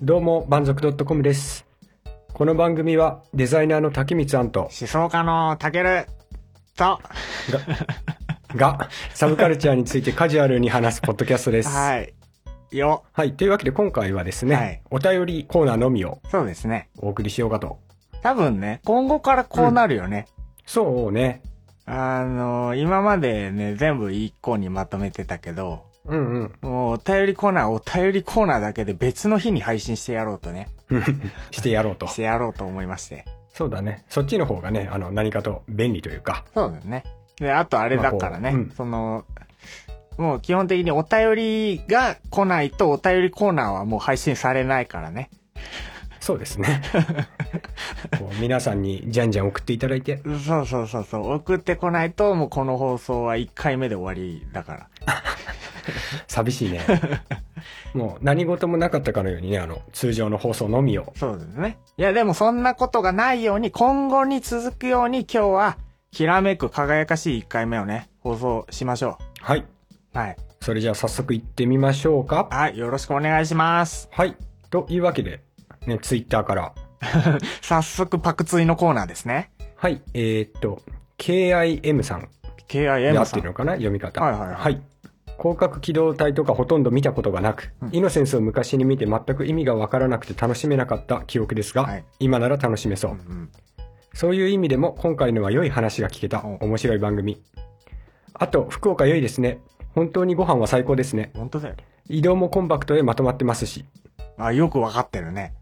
どうも、満足 .com です。この番組は、デザイナーの滝光庵と、思想家のたけると、が、サブカルチャーについてカジュアルに話すポッドキャストです。 はい。はい。よ、というわけで今回はですね、はいお便りコーナーのみをそうですね。お送りしようかと。多分ね、今後からこうなるよね。そうね。あの、今までね、全部一個にまとめてたけど、うんうん。もうお便りコーナー、お便りコーナーだけで別の日に配信してやろうとね、 してやろうとし。てやろうと思いまして。そうだね。そっちの方がね、あの、何かと便利というか。そうですね。で、あとあれだからまね、あこううんその、もう基本的にお便りが来ないとお便りコーナーはもう配信されないからね。そうです ね。こう皆さんにじゃんじゃん送っていただいて。そうそうそうそう。送ってこないと、もうこの放送は1回目で終わりだから。寂しい ね。もう何事もなかったかのようにね、あの、通常の放送のみを。そうですね。いや、でもそんなことがないように、今後に続くように今日は、きらめく輝かしい1回目をね、放送しましょはい。う。はい。それじゃあ早速行ってみましょうか。はい、よろしくお願いします。はい。というわけで、ね、ツイッターから。早速、パクツイのコーナーですね。はい。えーっと、KIM さん。で合 KIM っさてるん。のかな読み方。はいはいはい広角機動隊とかほとんど見たことがなく、うんイノセンスを昔に見て全く意味がわからなくて楽しめなかった記憶ですが、はい今なら楽しめそうう、んうんそういう意味でも今回のは良い話が聞けたお面白い番組。あと、福岡良いですね。本当にご飯は最高ですね。本当だよ。移動もコンパクトでまとまってますし。あ、よくわかってるね。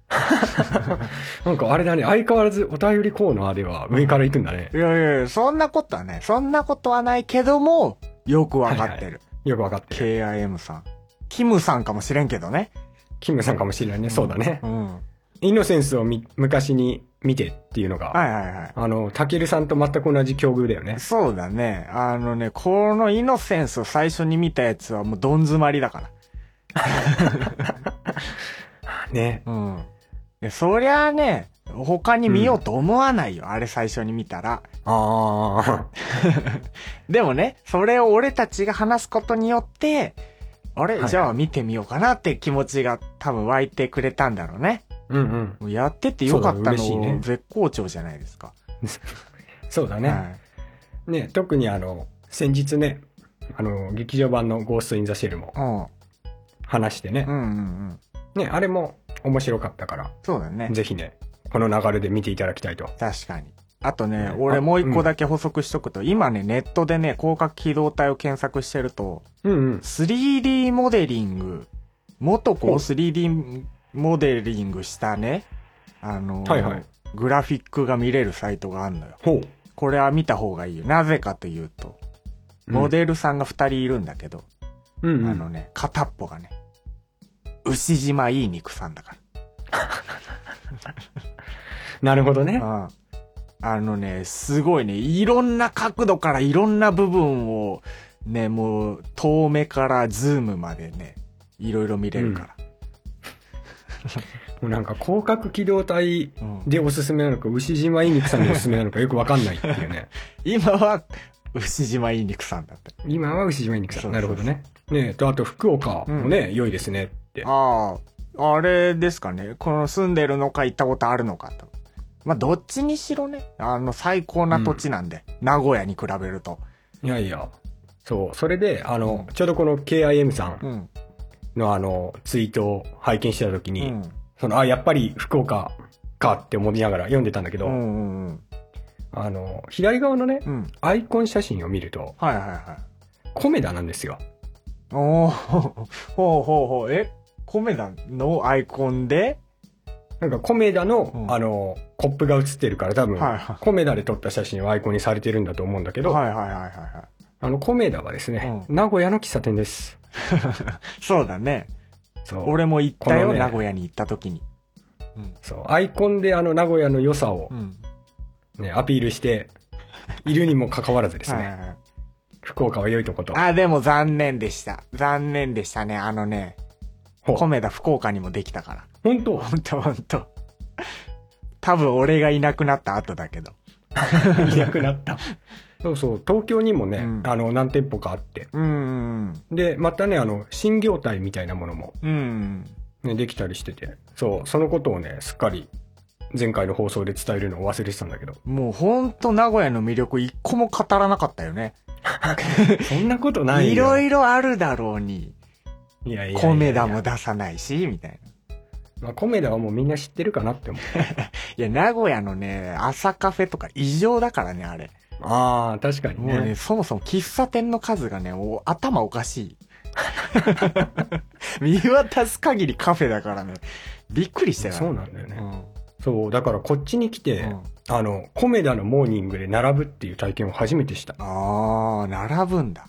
なんかあれだね、相変わらずお便りコーナーでは上から行くんだねい。やいやいや、そんなことはね、そんなことはないけども、よくわかってる。よくわかってる。 KIM さん。キムさんかもしれんけどね。キムさんかもしれないね。そうだねう。ん。はいイノセンスをみ昔に見てっていうのが、はいはあの、タケルさんと全く同じ境遇だよねい。。そうだね。あのね、このイノセンスを最初に見たやつはもうどん詰まりだかね。ら。うん。でそりゃあね、他に見ようと思わないよ。あれ最初に見たら。あでもね、それを俺たちが話すことによって、あれ、はいじゃあ見てみようかなって気持ちが多分湧いてくれたんだろうね。あ。 うんうん。もうやっててよかったそうだ嬉しいねの、絶好調じゃないですか。そうだね。はいね、特にあの、先日ね、あの、劇場版のゴースト・イン・ザ・シェルもうん。話してねう。んうんうん。ね、あれも面白かったから、そうだね。ぜひね、この流れで見ていただきたいと。確かに。あとねね、あ俺もう一う個んだけ補足しとくと、今ね、ネットでね、広角機動隊を検索してると、うんうん。 3D モデリング、元子おを 3D モデリングしたね、あのーはいはいグラフィックが見れるサイトがあるのよ。ほう。これは見た方がいいよ。なぜかというと、モデルさんが2人いるんだけど、うんうん。あのね、片っぽがね、牛島いい肉さんだから。なるほどね。うんあのね、すごいね、いろんな角度からいろんな部分を、ね、もう、遠目からズームまでね、いろいろ見れるから。もうなんか広角機動隊うんでおすすめなのか、牛島イニクさんでおすすめなのかよくわかんないっていう ね。今は、牛島いい肉さんだった。今は牛島イニクさそん。うなそうるそほどうね。ねえと、あと福岡もね、良いですねって。ああ、あれですかね。この住んでるのか行ったことあるのかと。まあ、どっちにしろね、あの、最高な土地なんで、名古屋に比べると。いやいや。そう。それで、あの、ちょうどこの KIM さうんん。のあの、ツイートを拝見してた時うに、ん。その、あ、やっぱり福岡かって思いながら読んでたんだけうど、んうんうん。あの、左側のね、うん。アイコン写真を見ると、はいはいはい。コメダなんですよ。おお、 ほうほうほう。え、コメダのアイコンでなんかコメダの、うんあの、コップが写ってるから多分、はいはいコメダで撮った写真をアイコンにされてるんだと思うんだけど、はいはいはいはいはあの、コメダはですね、う名古屋の喫茶店です。い。そうだね。そう。俺も行ったこのよ、ね名古屋に行った時に。うん。そう。アイコンであの、名古屋の良さをうん。ね、アピールして、いるにもかかわらずですはいはね、いはい。福岡は良いとこと。あ、でも残念でした。残念でしたね。あのね、ほうコメダ福岡にもできたから。本当ほんとほんと。多分俺がいなくなった後だけど。いなくな った。そうそう、東京にもね、うんあの、何店舗かあって。うんうんで、またね、あの、新業態みたいなものもうん。うん。ね、できたりしてて、そう、そのことをね、すっかり前回の放送で伝えるのを忘れてたんだ けど、もうほんと名古屋の魅力一個も語らなかったよね。そんなことないよ。いろいろあるだろうに、いやいやいやコメダも出さないし、みたいな。まあ、コメダはもうみんな知ってるかなって思う。いや、名古屋のね、朝カフェとか異常だからね、あれ。ああ、確かにもうね、ね。そもそも喫茶店の数がね、お頭お かしい。見渡す限りカフェだからね。びっくりしたよ。そうなんだよね。そう、だからこっちに来て、うんうんあの、コメダのモーニングで並ぶっていう体験を初めてした。ああ、並ぶんだ。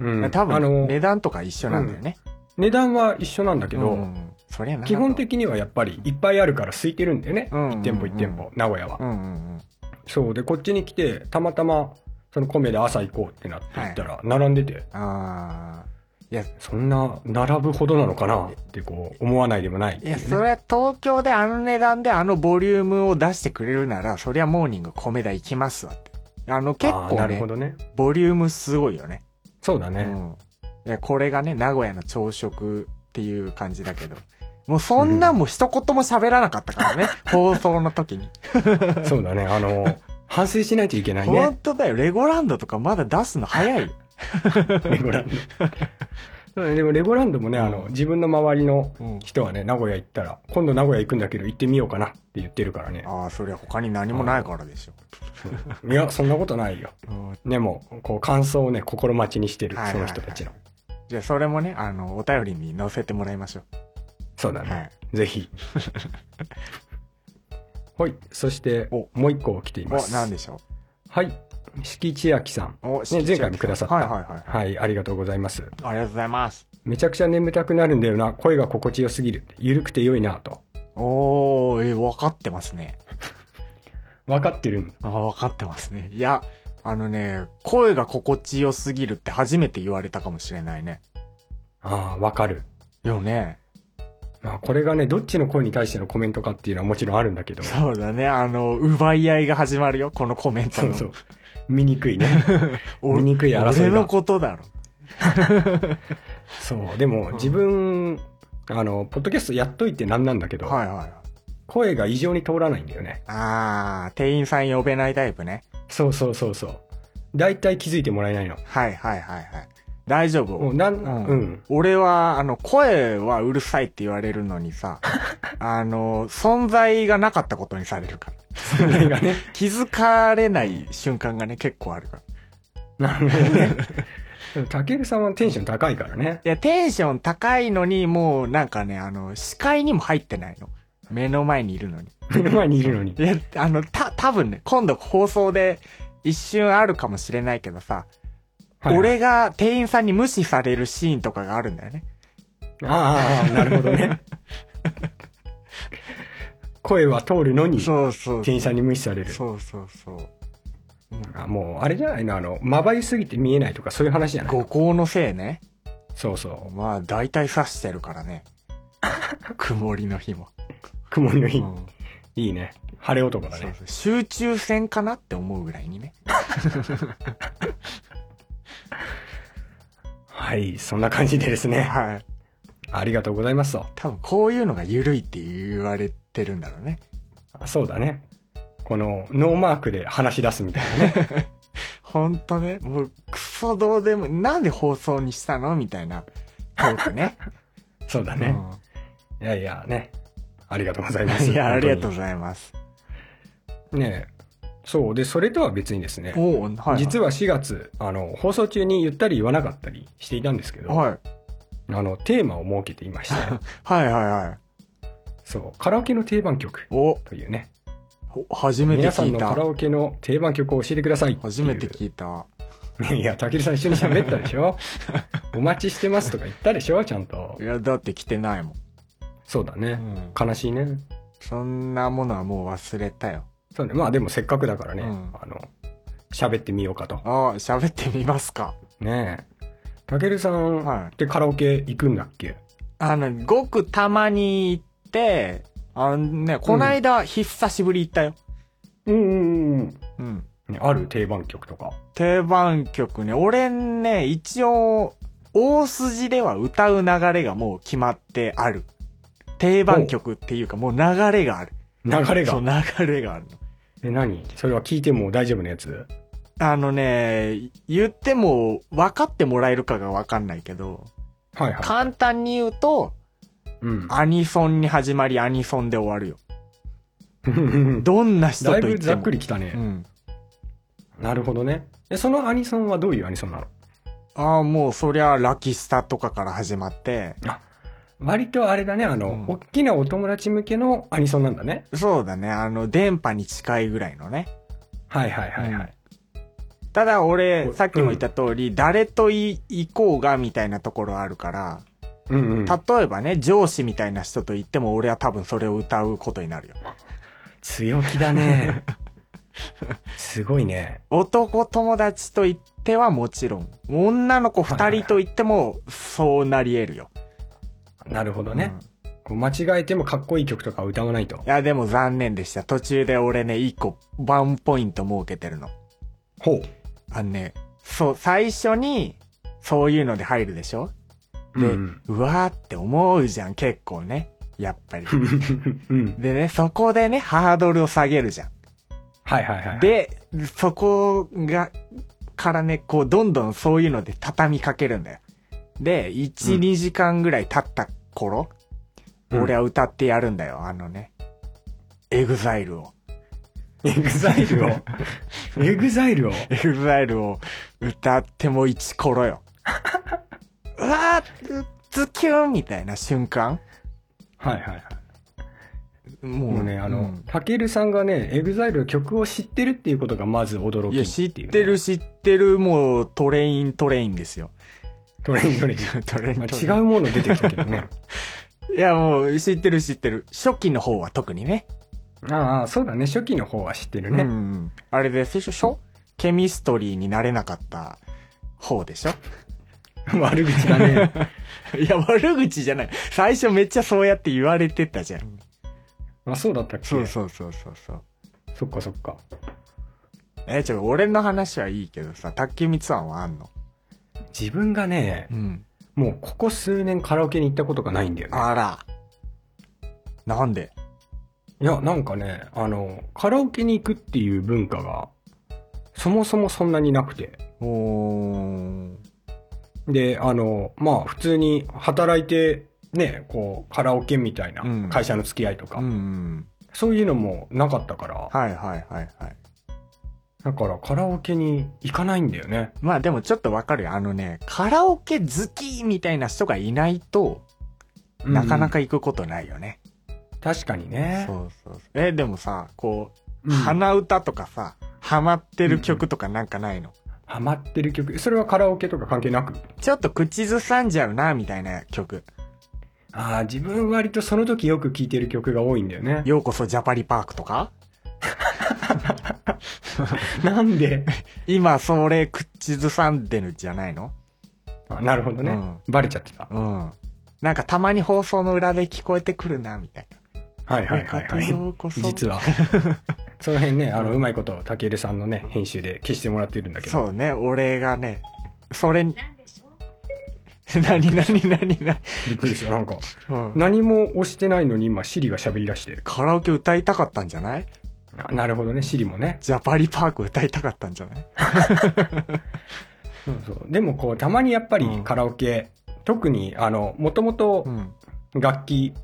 うん。多あ分、の、値段とか一緒なんだよね。値段は一緒なんだけど、うんそりゃな基本的にはやっぱりいっぱいあるから空いてるんだよね。うんうんうん1店舗1店舗、名古屋は。うんうんそう。で、こっちに来て、たまたま、その米で朝行こうってなって行ったら、並んでて、うん。ああ。いや、そんな並ぶほどなのかなってこう、思わないでもないっていうねや、それは東京であの値段であのボリュームを出してくれるなら、そりゃモーニング米田行きますわって。あの結あー構なるねほ、どね。ボリュームすごいよね。そうだね。うんいや。これがね、名古屋の朝食っていう感じだけど。もうそんなんも一言も喋らなかったか らね。放送の時に。そうだね。あ の、反省しないといけない本ね。当だよ。レゴランドとかまだ出すの早いよ。レゴランド。そうだねでもレゴランドもね、あの、自分の周りのうん人はね、名古屋行ったら、今度名古屋行くんだけど行ってみようかなって言ってるからね。ああ、そりゃ他に何もないからでしょ。いや、そんなことないよ。うんでも、こう、感想をね、心待ちにしてる、はいはいそはのい人たちの。じゃあそれもね、あの、お便りに載せてもらいましょそうだう。ね。はい。ぜひ。はい。そして、おもう一個来ていまお、す。なんでしょはい。敷地明さん。う。お、し前回もくださったはいはいはい。はい、ありがとうございます。ありがとうございます。めちゃくちゃ眠たくなるんだよな。声が心地よすぎる。ゆるくて良いなと。おー、え、分かってますね。分かってるんあ分かってますね。いや、あのね、声が心地よすぎるって初めて言われたかもしれないね。ああ、分かる。よね。まあ、これがね、どっちの声に対してのコメントかっていうのはもちろんあるんだけど。そうだね、あの、奪い合いが始まるよ、このコメントその。うそう。見にく いね。見にくい争俺いのが。ことだろ。そう。でも、自分、あの、ポッドキャストやっといてなんなんだけど、はいはいはい。声が異常に通らないんだよね。あー、店員さん呼べないタイプね。そうそうそうそう。大体気づいてもらえないの。はいはいはいはい。大丈夫。もうなん、うんうん。俺は、あの、声はうるさいって言われるのに さ、あの、存在がなかったことにされるから。それがね。気づかれない瞬間がね、結構あるか ら。なるほどね。でも たけるさんはテンション高いからね。いや、テンション高いのに、もうなんかね、あの、視界にも入ってないの。目の前にいるのに。目の前にいるのに い。や、あの、た、多分ね、今度放送で一瞬あるかもしれないけどさ、はい俺が店員さんに無視されるシーンとかがあるんだよね。ああ、なるほど ね。声は通るのに、 そうそう。店員さんに無視される。そうそうそう。あもう、あれじゃないの、あの、まばゆすぎて見えないとか、そういう話じゃない五行のせいね。そうそう。まあ、大体刺してるから ね。曇りの日も。曇りのう日。んいいね。晴れ男だそうね。そう集中戦かなって思うぐらいにね。はい、そんな感じでですね。はい。ありがとうございますと。多分こういうのが緩いって言われてるんだろうね。あそうだね。この、ノーマークで話し出すみたいなね。 ほんとね。もう、クソどうでも、なんで放送にしたのみたいなトークね。そうだ うね。いやいや、ね。ありがとうございまんす。いや、ありがとうう。ございます。ねえそう。で、それとは別にですね。おお、はい。実は4月、あの、放送中に言ったり言わなかったりしていたんですけど、はい。あの、テーマを設けていま して、はいはいはい。そう、カラオケの定番曲お、というね、お初めて皆さん聞いのカラた。オケの定番曲を教えてくださいっていう初めて聞いた。いや、たけるさん一緒に喋ったでし ょお待ちしてますとか言ったでしょちゃんとい。や、だって来てないもん。そうだね。うん悲しいね。そんなものはもう忘れたよ。そうね。まあでもせっかくだからね、うんあの、喋ってみようかと。ああ、喋ってみますか。ねえ。たけるさんはいってカラオケ行くんだっけ、あの、ごくたまに行って、あのね、こないだ久しぶり行ったよ。うんうんうんうん。うん。ある定番曲とか。定番曲ね、俺ね、一応、大筋では歌う流れがもう決まってある。定番曲っていうか、もう流れがある。流れそがう、。流れがあるの。え、何それは聞いても大丈夫なやつあのね、言っても分かってもらえるかが分かんないけど、はいは簡単に言うと、い。うん。アニソンに始まりアニソンで終わるよ。 だどんな人いと言っぶてざっもく。りきたうね。ん。なるほどね。え、そのアニソンはどういうアニソンなのああ、もうそりゃラキスタとかから始まって、割とあれだね、あうんの、大きなお友達向けのアニソンなんだね。そうだね、あの、電波に近いぐらいのね。はいはいはいはい。ただ俺、うんさっきも言った通り、誰とい行こうがみたいなところあるから、うんうん。例えばね、上司みたいな人と言っても俺は多分それを歌うことになるよ。強気だね。 すごいね。男友達と言ってはもちろん、女の子二人と言ってもそうなり得るよ。なるほどねうん。こう間違えてもかっこいい曲とかは歌わないとい。や、でも残念でした。途中で俺ね、一個、ワンポイント設けてるの。ほう。あのね、そう、最初に、そういうので入るでしょで、ううんわーって思うじゃん、結構ね。やっ ぱり。うん。でね、そこでね、ハードルを下げるじゃん。はいはいはい。、で、そこが、からね、こう、どんどんそういうので畳みかけるんだよ。で、1、うん2時間ぐらい経った頃、俺は歌ってやるんだよ、あのね。エグザイルを。 エグザイルを。 エグザイルを。エグザイルを歌っても一 コロよ。うわーズキュンみたいな瞬間はいはいはい。ももうね、あの、たけるさんがね、エグザイルの曲を知ってるっていうことがまず驚うんきいや、知っいうねて。る知ってる、もうトレイントレインです よ。トレイントレイン。トレイまントレイン。あ違うもの出てきたけどね。う。いや、もう知ってる知ってる。初期の方は特にね。ああ、そうだね。初期の方は知ってるね。うん。あれで、最初、しょケミストリーになれなかった方でしょ 悪口だ ね。いや、悪口じゃない。最初めっちゃそうやって言われてたじゃん。あ、そうだったっけそうそうそうそうそう。そっかそっか。え、ちょ、俺の話はいいけどさ、卓球つ案はあんの自分がね、ん。もうここ数年カラオケに行ったことがないんだよね。あら。なんでいや、なんかね、あの、カラオケに行くっていう文化が、そもそもそんなになくて。おー。で、あの、まあ、普通に働いて、ね、こう、カラオケみたいなうん会社の付き合いとか、うんうん。そういうのもなかったから、はいはいはいはい。だからカラオケに行かないんだよね。まあでもちょっとわかるよ。あのね、カラオケ好きみたいな人がいないと、なかなかうん行くことないよね。確かにね。そうそうそう。え、でもさ、こう、うん鼻歌とかさ、ハマってる曲とかなんかないの、ハマってる曲。それはカラオケとか関係なく。ちょっと口ずさんじゃうな、みたいな曲。ああ、自分割とその時よく聴いてる曲が多いんだよね。ようこそジャパリパークとかなんで今、それ、口ずさんでるじゃないの あなるほどね、うんバレちゃってた。うん。なんかたまに放送の裏で聞こえてくるな、みたいはいな。はいはいよかったはい。ようこそ実は。 その辺ね、あの、うまいこと、たけるさんのね、編集で消してもらってるんだけど。そうね、俺がね、それに、 何何何何びっくりした。なんか、うん。何も押してないのに今、シリが喋り出してる。カラオケ歌いたかったんじゃないあなるほどね、シリもね。ジャパリパーク歌いたかったんじゃないそうそう。でもこう、たまにやっぱりうんカラオケ、特に、あの、もともとうん。楽器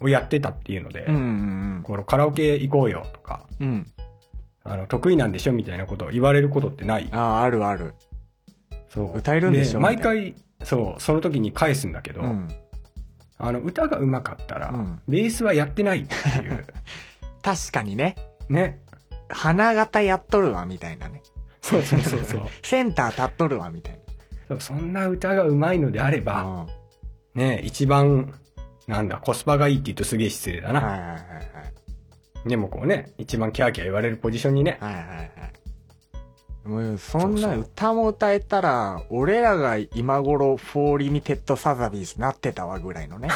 をやってたっていうので、うんうんこのカラオケ行こうよとか、うん。うん。あの、得意なんでしょみたいなことを言われることってない。ああ、あるある。そう。歌えるんでしょみたい毎な回、そう、その時に返すんだけど、うん。あの、歌が上手かったら、うんベースはやってないって いう。確かにね、ね。花形やっとるわ、みたいなね。そうそうそうそう。センター立っとるわ、みたいそうそんな歌が上手いのであれば、な。ね、一番、なんだ、コスパがいいって言うとすげえ失礼だうん。な。はいはいはいはい。でもこうね、一番キャーキャー言われるポジションにね、はいはいはい。もうそんそうなそう歌も歌えたら、俺らが今頃フォーリミテッドサザビーズなってたわぐらいの ね。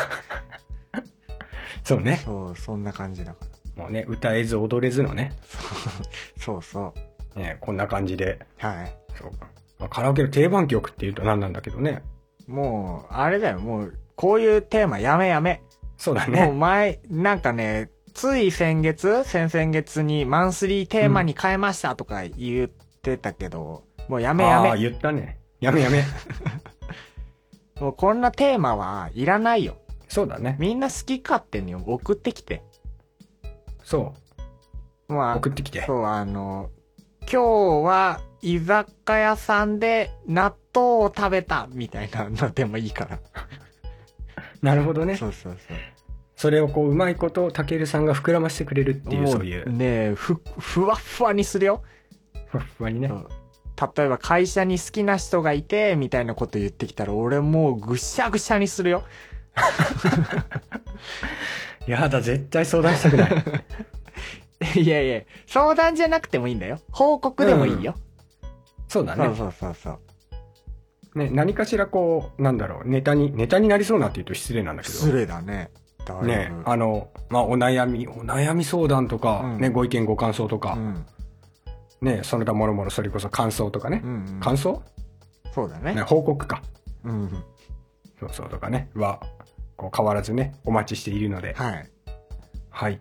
そうね、そう、そんな感じだから。もうね、歌えず踊れずのね、そうそう。ねこんな感じで、はい。そうまあカラオケの定番曲っていうと何なんだけどね。もう、あれだよ、もう、こういうテーマやめやめ。そうだもうね。前、なんかね、つい先月、先々月にマンスリーテーマに変えましたとか言ってたけど、もうやめやああ、め。言ったね。やめやめ。もうこんなテーマはいらないよ。そうだね。みんな好き勝手に送ってきて。そまう。あ送、ってきて。そう、あの、今日は居酒屋さんで納豆を食べたみたいなのでもいい から。なるほどね。そうそうそう。それをこう、うまいこと、たけるさんが膨らましてくれるっていう、もそういう。ねえふ、ふわっふわにするよ。ふわっふわにねそ。う例えば会社に好きな人がいてみたいなこと言ってきたら俺もうぐしゃぐしゃにするよやだ、絶対相談したくない。 いやいや相談じゃなくてもいいんだよ報告でもいいよ、そうだ そうね。そうそうそうね、何かしらこう、なんだろう、ネタに、ネタになりそうなって言うと失礼なんだけど。失礼だねだいぶね、あの、まあ、お悩み、お悩み相談とか、うんね、ご意見ご感想とうか、んね、その他もろもろ、それこそ感想とかねう。んうん感想そうだね、ね報告か。うんうんそうそうとかね、は、こう変わらずね、お待ちしているので。はいはい。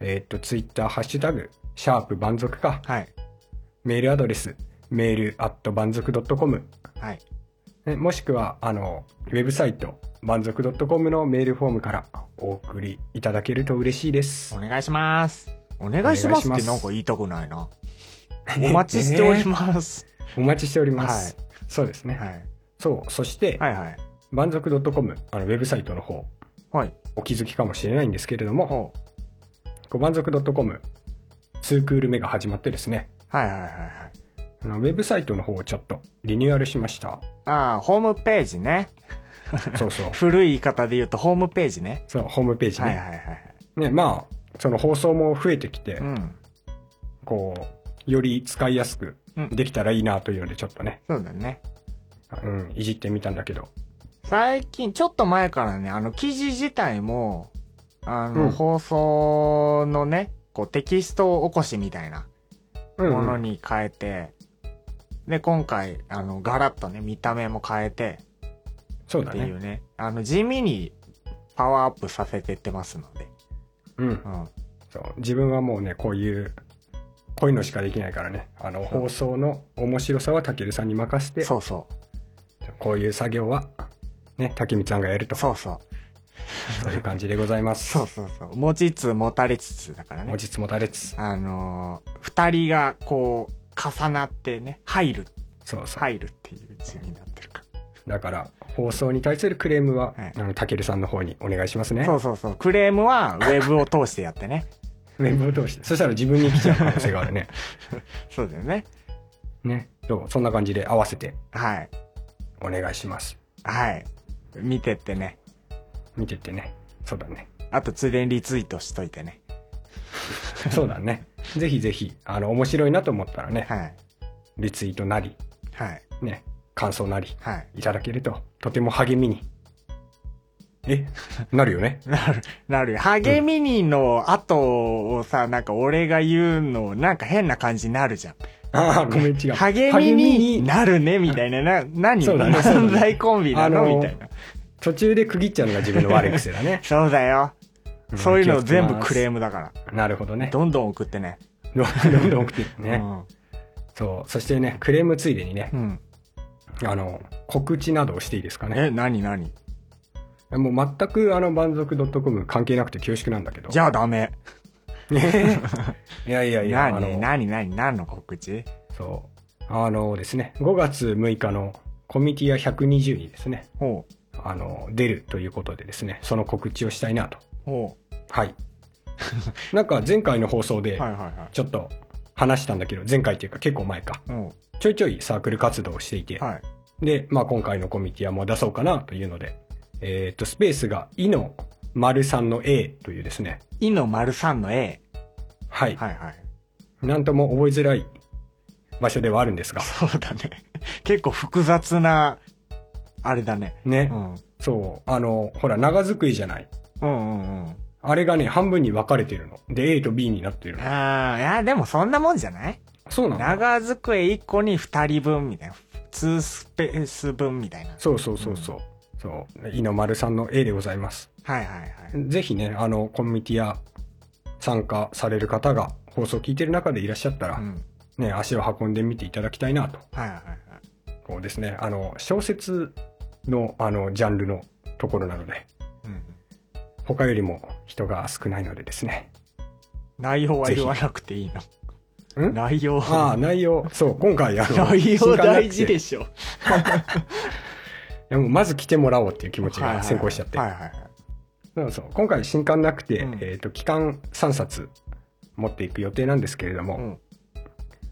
えーっと、ツイッター、ハッシュタグ、シャープ満足か、はいメールアドレス、メールアット満足 .com、はいね、もしくは、あの、ウェブサイト、満足 .com のメールフォームからお送りいただけると嬉しいですお。願いしますお願いしまお願いしすってますなんか言いたくない なお待ちしております、 お待ちしております。はそうですね。はいそう。そして、はいはい満足 .com、あの、ウェブサイトの方、はいお気づきかもしれないんですけれども、ほうこう満足 .com、ツークール目が始まってですね、はいはいはいはいあのウェブサイトの方をちょっとリニューアルしました。ああホームページねそうそう。古い言い方で言うとホームページねそう、ホームページね。はいはいはいはい。ね、まあ、その放送も増えてきて、うん。こう、より使いやすくうんできたらいいなというので、ちょっとね、そうだね。うん、いじってみたんだけど。最近、ちょっと前からね、あの、記事自体も、あの、うん放送のね、こう、テキスト起こしみたいなうもん、うのん。に変えて、で、今回、あの、ガラッとね、見た目も変えて、そうっだていね。うね、あの、地味にパワーアップさせてってますので。うんう。ん。そう。自分はもうね、こういう、こういうのしかできないからね、あの、放送の面白さはたけるさんに任せて、そうそこういう作業は、ね、たけみちゃんがやるう。と、そそうそう。ういう感じでございます。そうそうそう。持ちつ持たれつつだからね持。ちつ持たれつ。あのー二人がこう、重なってね、入るそうそう。入るっていう字になってるか。だから、放送に対するクレームは、はいあの、たけるさんの方にお願いしますね。そうそうそう。クレームはウェブを通してやっ てね。ウェブを通して。そしたら自分に来ちゃう可能性があ るね。そうだよね。ね。どうそんな感じで合わせてはい。お願いします。はい。見てってね。見てってね。そうだね。あと、ついでにリツイートしといてね。そうだね。ぜひぜひ、あの、面白いなと思ったらね、はい。リツイートなり、はい。ね、感想なり、はい。 いただけると、とても励みに。えなるよね。なる、なるよ。励みにの後をさ、なんか俺が言うの、なんか変な感じになるじゃん。ああ、ごめん違う。励みになるね、みたいな。な、何そうだ ねそうだね漫才コンビなあののーみたいな。。途中で区切っちゃうのが自分の悪い癖だねそうだよ。そういうの全部クーレームだから。ム。なるほどね。どんどん送ってね。どんどん送ってうね。んそう。そしてね、クレームついでにねう、ん。あの、告知などをしていいですかね。え、何何もう全くあの満足 .com 関係なくて恐縮なんだけど。じゃあダメ。 いやいやいや、あ何の、何何何の告知そう。あのですね、5月6日のコミティア120にですね、ほう。あの、出るということでですね、その告知をしたいなと。ほ はい。なんか前回の放送う。ではいはいはい。ちょっと話したんだけど、前回っていうか結構前か。ほちょいちょいサークル活動をしていて、う。はい。で、まあ今回のコミティアも出そうかなというので、えーっと、スペースがイの丸3の A というですね、いの丸さんの A。はい。はいはい。なんとも覚えづらい場所ではあるんですが。そうだね。 結構複雑な、あれだね。うね。ん。そう。あの、ほら、長机じゃない。うんうんうん。あれがね、半分に分かれてるの。で、A と B になってるの。ああ、いや、でもそんなもんじゃないそうなの長机1個に2人分みたいな。2スペース分みたいな。そうそうそうそう。そう。井の丸さんの A でございます。はいはいはい。ぜひね、あの、コミュニティや参加される方が放送を聞いてる中でいらっしゃったら、うん。ね、足を運んでみていただきたいなと。はいはいはい。こうですね、あの、小説の、あの、ジャンルのところなので、うん。他よりも人が少ないのでですね。内容はぜひ言わなくていいの。ん内容ああ、は。 内容、そう、今回、あの、内容大事す。でしょ。いやもうまず来てもらおうっていう気持ちはいはいはがい先行しちゃって。はいはいはい。そうそう今回、新刊なくて、うんえっ、と、期間3冊持っていく予定なんですけれども、うん。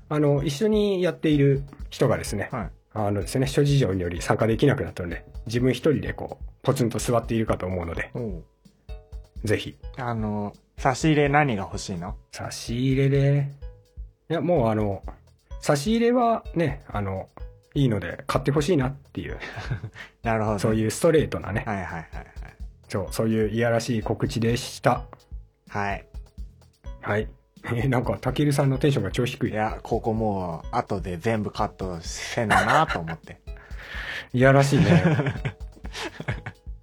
あの、一緒にやっている人がですね、はい。あのですね、諸事情により参加できなくなったので、自分一人でこう、ポツンと座っているかと思うので、おうぜひ、あの、差し入れ何が欲しいの差し入れで、いや、もうあの、差し入れはね、あの、いいので買ってほしいなっていう、なるほど。そういうストレートなね、はいはいはいそう、そういういやらしい告知でした。はい。はい。はい。 えなんか、たけるさんのテンションが超低いい。や、ここもう、後で全部カットせななと思って。 いやらしいね。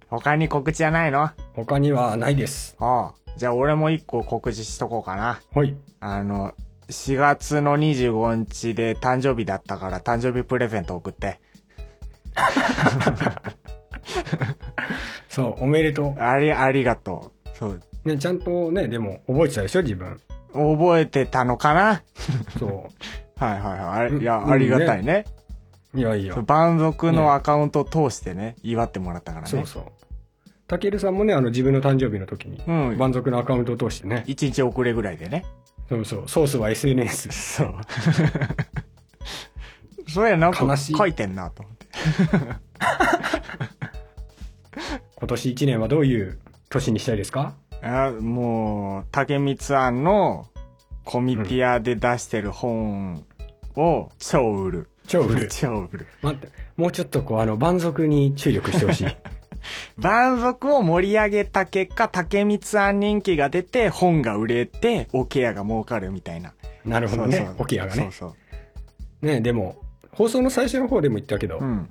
他に告知はないの他にはないです。ああ。じゃあ俺も一個告知しとこうかな。はい。あの、4月の25日で誕生日だったから誕生日プレゼント送って。そう、おめでとあり、ありがとう。そう。う。ね、ちゃんとね、でも、覚えてたでしょ、自分。覚えてたのかなそはいはいはい。あうれ、んいや、うんありがたいね。う。いやいやそう。蛮族のアカウントを通してね、祝ってもらったからね。そうそう。たけるさんもね、あの、自分の誕生日の時に、うん。満足のアカウントを通してね、一日遅れぐらいでね。そうそう、ソースは SNS。そう。それなん悲かしい書いてんなと思って。今年1年はどういう年にしたいですかあもう、竹光庵のコミティアで出してる本を超売る。超売 る。超売る。待って、もうちょっとこう、あの、蛮族に注力してほしい。 蛮族を盛り上げた結果、竹光庵人気が出て、本が売れて、オケアが儲かるみたいな。なるほどね、オキアがね。そうね、でも、放送の最初の方でも言ったけど、そう。うん。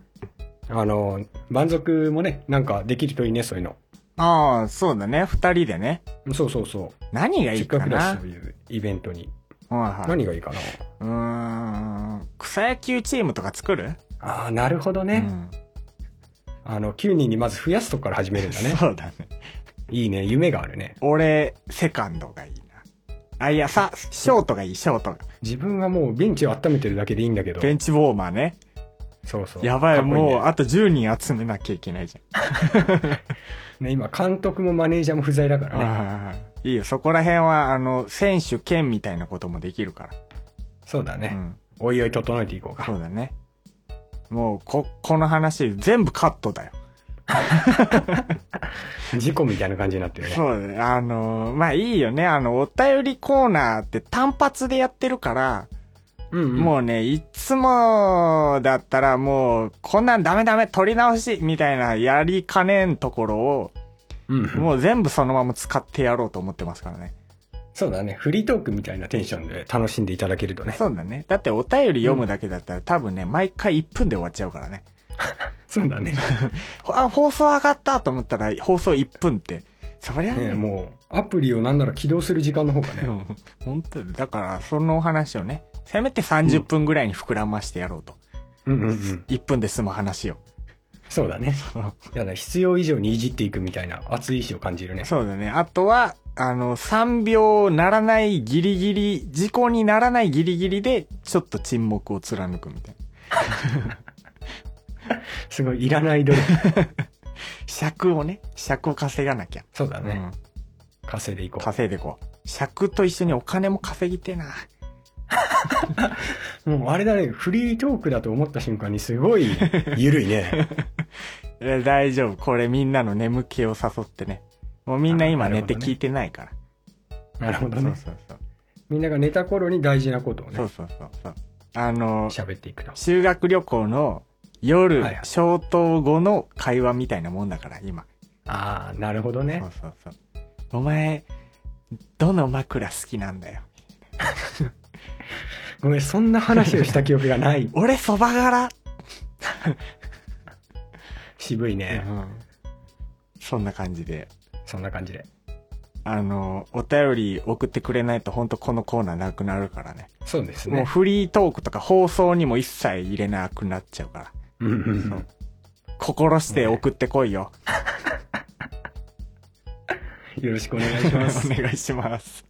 あの、蛮族もね、なんかできるといいね、そういうの。ああ、そうだね。二人でね。そうそうそ何がう。いせいっかかくだし、なそういうイベントに。はいはい何がいいかな。うーん。草野球チームとか作るああ、なるほどうね。んあの、9人にまず増やすとこから始めるんだね。そうだね。いいね、夢があるね。俺、セカンドがいいな。あ、いや、さ、ショートがいい、ショートが。自分はもうベンチを温めてるだけでいいんだけど。ベンチウォーマーね。そうそう。やばい、かっこねもう、あと10人集めなきゃいけないじね、今、監督もマネージャーも不在だかゃん。らね。あーいいよ、そこら辺は、あの、選手兼みたいなこともできるかそうだら。うね。ん。おいおい整えていこうそか。うだね。もう、こ、この話、全部カットだよ。事故みたいな感じになってるね。そうだね。あのーまあいいよね。あの、お便りコーナーって単発でやってるから、うん、もうね、いつもだったらもう、こんなんダメダメ、取り直しみたいなやりかねんところを、うん、もうもう全部そのまま使ってやろうと思ってますからね。そうだね。フリートークみたいなテンションで楽しんでいただけるとね。そうだね。だってお便り読むだけだったら、多分ね、毎回1分で終わっちゃうからね。そうだね。あ、放送上がったと思ったら、放送1分って。そりゃね、ねもう、アプリをなんなら起動する時間の方がね。うん 本当だだから、そのお話をね、せめて30分ぐらいに膨らましてやろうと。うんうんうん。 1分で済む話を。そうだね。いやね、必要以上にいじっていくみたいな熱い意志を感じるね。そうだね。あとは、あの、3秒ならないギリギリ、事故にならないギリギリで、ちょっと沈黙を貫くみたいな。すごい、いらない努力。尺をね、尺を稼がなきゃ。そうだね。う稼いでいこん。稼いでこう。尺と一緒にお金も稼ぎてえな。う。もう、あれだね、フリートークだと思った瞬間にすごい、ゆるいね。え大丈夫。これみんなの眠気を誘ってね。もうみんな今あなる寝ほどてね聞いてないから。なるほどそねう。そうそう。みんなが寝た頃に大事なことをそねう、そうそうそう。あの、喋っていくと。修学旅行の夜、はいはい消灯後の会話みたいなもんだから、今。ああ、なるほどねそ。うそうそう。お前、どの枕好きなんだよ。ごめん、そんな話をした記憶がない。俺、そば柄、渋いね。そんな感じでそんな感じで。あの、お便り送ってくれないと本当このコーナーなくなるからね。そうですもうね。フリートークとか放送にも一切入れなくなっちゃうから。うんうんうんそう心して送ってこいよ。よろしくお願いします。 お願いします。